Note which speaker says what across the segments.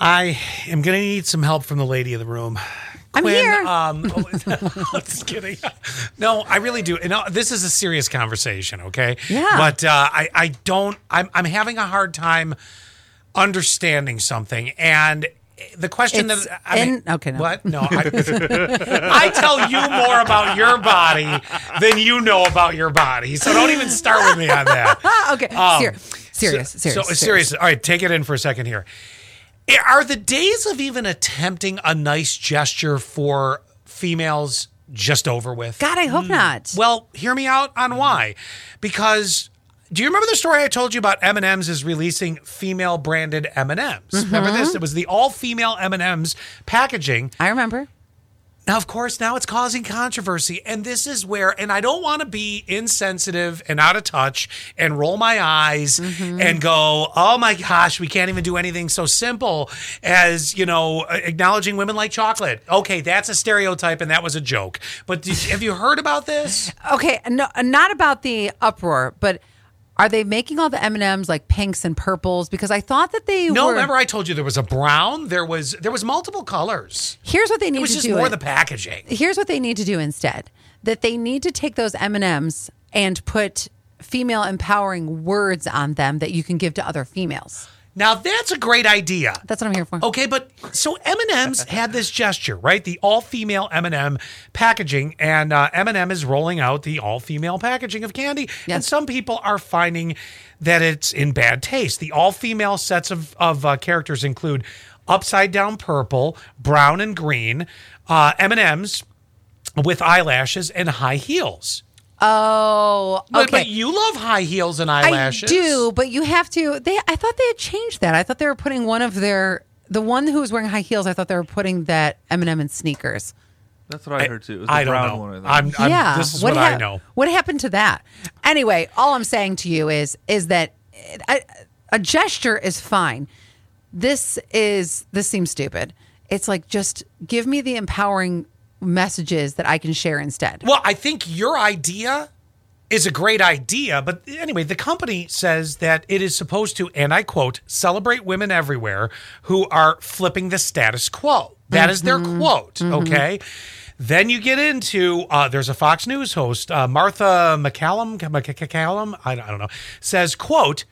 Speaker 1: I am going to need some help from the lady in the room.
Speaker 2: I'm
Speaker 1: Quinn,
Speaker 2: here.
Speaker 1: Um, oh, just kidding. No, I really do. And uh, this is a serious conversation, okay?
Speaker 2: Yeah.
Speaker 1: But uh, I, I don't. I'm, I'm having a hard time understanding something, and the question
Speaker 2: It's
Speaker 1: that I mean,
Speaker 2: in- okay, no.
Speaker 1: what? No, I, I tell you more about your body than you know about your body. So don't even start with me on that.
Speaker 2: Ah, okay. Ser- serious,
Speaker 1: Um, So-
Speaker 2: serious,
Speaker 1: So serious. All right, take it in for a second here. Eh, Are the days of even attempting a nice gesture for females just over with?
Speaker 2: God, I hope not.
Speaker 1: Well, hear me out on why. Because do you remember the story I told you about M&M's is releasing female branded M&M's? Remember
Speaker 2: Mm-hmm.
Speaker 1: this? It was the all female M&M's packaging.
Speaker 2: I remember.
Speaker 1: Now, of course, now it's causing controversy. And this is where, and I don't want to be insensitive and out of touch and roll my eyes
Speaker 2: Mm-hmm.
Speaker 1: and go, oh my gosh, we can't even do anything so simple as, you know, acknowledging women like chocolate. Okay, that's a stereotype and that was a joke. But did, have you heard about this?
Speaker 2: Okay, no, not about the uproar, but are they making all the M and M's like pinks and purples? Because I thought that they
Speaker 1: No,
Speaker 2: were.
Speaker 1: remember I told you there was a brown, there was there was multiple colors.
Speaker 2: here's what they need
Speaker 1: It was
Speaker 2: to
Speaker 1: just
Speaker 2: do.
Speaker 1: more
Speaker 2: it-
Speaker 1: the packaging.
Speaker 2: here's what they need to do instead: that they need to take those M and M's and put female empowering words on them that you can give to other females.
Speaker 1: Now that's a great idea.
Speaker 2: That's what I'm here for.
Speaker 1: Okay, but so M&M's had this gesture, right? The all-female M&M packaging, and uh, M&M is rolling out the all-female packaging of candy, and
Speaker 2: Yes.
Speaker 1: some people are finding that it's in bad taste. The all-female sets of of uh, characters include upside down purple, brown, and green uh, M&M's with eyelashes and high heels.
Speaker 2: Oh, okay.
Speaker 1: But, but you love high heels and eyelashes.
Speaker 2: I do, but you have to. They, I thought they had changed that. I thought they were putting one of their, the one who was wearing high heels. I thought they were putting that Eminem in sneakers.
Speaker 3: That's what I, heard too. It was the
Speaker 1: I don't
Speaker 3: brown
Speaker 1: know.
Speaker 3: one. I think.
Speaker 1: I'm, I'm,
Speaker 2: yeah,
Speaker 1: This is what, I
Speaker 2: hap-
Speaker 1: know.
Speaker 2: What happened to that? Anyway, all I'm saying to you is, is that a, a gesture is fine. This is this seems stupid. It's like just give me the empowering messages that I can share instead.
Speaker 1: Well, I think your idea is a great idea, but anyway, the company says that it is supposed to, and I quote, celebrate women everywhere who are flipping the status quo. That is their quote, okay? Then you get into uh, there's a Fox News host, uh, Martha McCallum, McCallum, I don't I don't know, says, quote,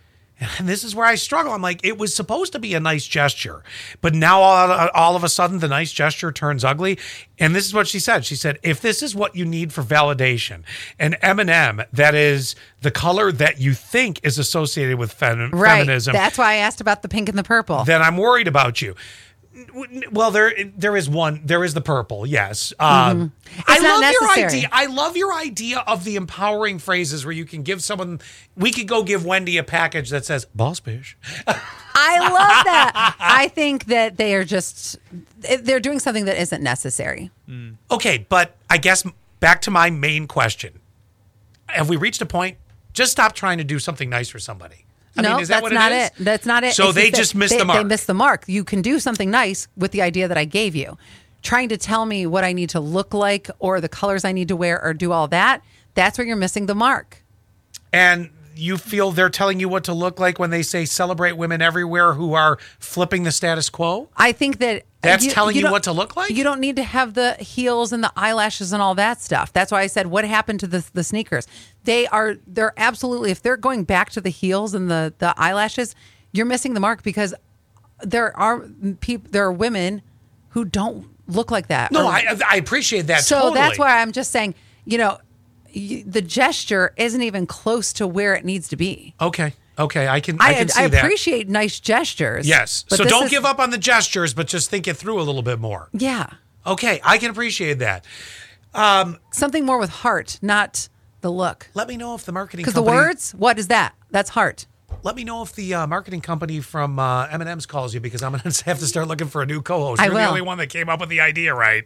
Speaker 1: and this is where I struggle. I'm like, it was supposed to be a nice gesture, but now all, all of a sudden the nice gesture turns ugly. And this is what she said. She said, if this is what you need for validation, an M&M that is the color that you think is associated with fem-
Speaker 2: Right.
Speaker 1: feminism,
Speaker 2: That's why I asked about the pink and the purple.
Speaker 1: then I'm worried about you. Well, there there is one. There is the purple. Yes, um, I
Speaker 2: Mm-hmm. It's not
Speaker 1: love your
Speaker 2: necessary.
Speaker 1: idea. I love your idea of the empowering phrases where you can give someone. We could go give Wendy a package that says "boss bitch."
Speaker 2: I love that. I think that they are just they're doing something that isn't necessary.
Speaker 1: Okay, but I guess back to my main question: Have we reached a point? Just stop trying to do something nice for somebody. I
Speaker 2: no,
Speaker 1: mean, is that
Speaker 2: that's
Speaker 1: what
Speaker 2: not
Speaker 1: it is?
Speaker 2: it. That's not it.
Speaker 1: So
Speaker 2: It's
Speaker 1: they
Speaker 2: that
Speaker 1: just missed
Speaker 2: they-
Speaker 1: the mark.
Speaker 2: They missed the mark. You can do something nice with the idea that I gave you. Trying to tell me what I need to look like or the colors I need to wear or do all that, that's where you're missing the mark.
Speaker 1: and you feel they're telling you what to look like when they say celebrate women everywhere who are flipping the status quo.
Speaker 2: I think that
Speaker 1: That's telling you
Speaker 2: don't-
Speaker 1: what to look like?
Speaker 2: You don't need to have the heels and the eyelashes and all that stuff. That's why I said what happened to the the sneakers. They are they're absolutely if they're going back to the heels and the the eyelashes, you're missing the mark because there are people there are women who don't look like that.
Speaker 1: No,
Speaker 2: or-
Speaker 1: I I appreciate that.
Speaker 2: so
Speaker 1: totally.
Speaker 2: that's why I'm just saying, you know, y- the gesture isn't even close to where it needs to be.
Speaker 1: Okay, okay, I can I,
Speaker 2: I,
Speaker 1: can see
Speaker 2: I
Speaker 1: that.
Speaker 2: appreciate nice gestures.
Speaker 1: Yes.
Speaker 2: but
Speaker 1: So
Speaker 2: this
Speaker 1: don't
Speaker 2: is-
Speaker 1: give up on the gestures, but just think it through a little bit more.
Speaker 2: Yeah.
Speaker 1: Okay, I can appreciate that.
Speaker 2: something more with heart, not the look.
Speaker 1: Let me know if the marketing
Speaker 2: Because the
Speaker 1: company,
Speaker 2: words, what is that? That's heart.
Speaker 1: Let me know if the uh, marketing company from uh, M&M's calls you because I'm going to have to start looking for a new co-host.
Speaker 2: I
Speaker 1: You're the
Speaker 2: will.
Speaker 1: only one that came up with the idea, right?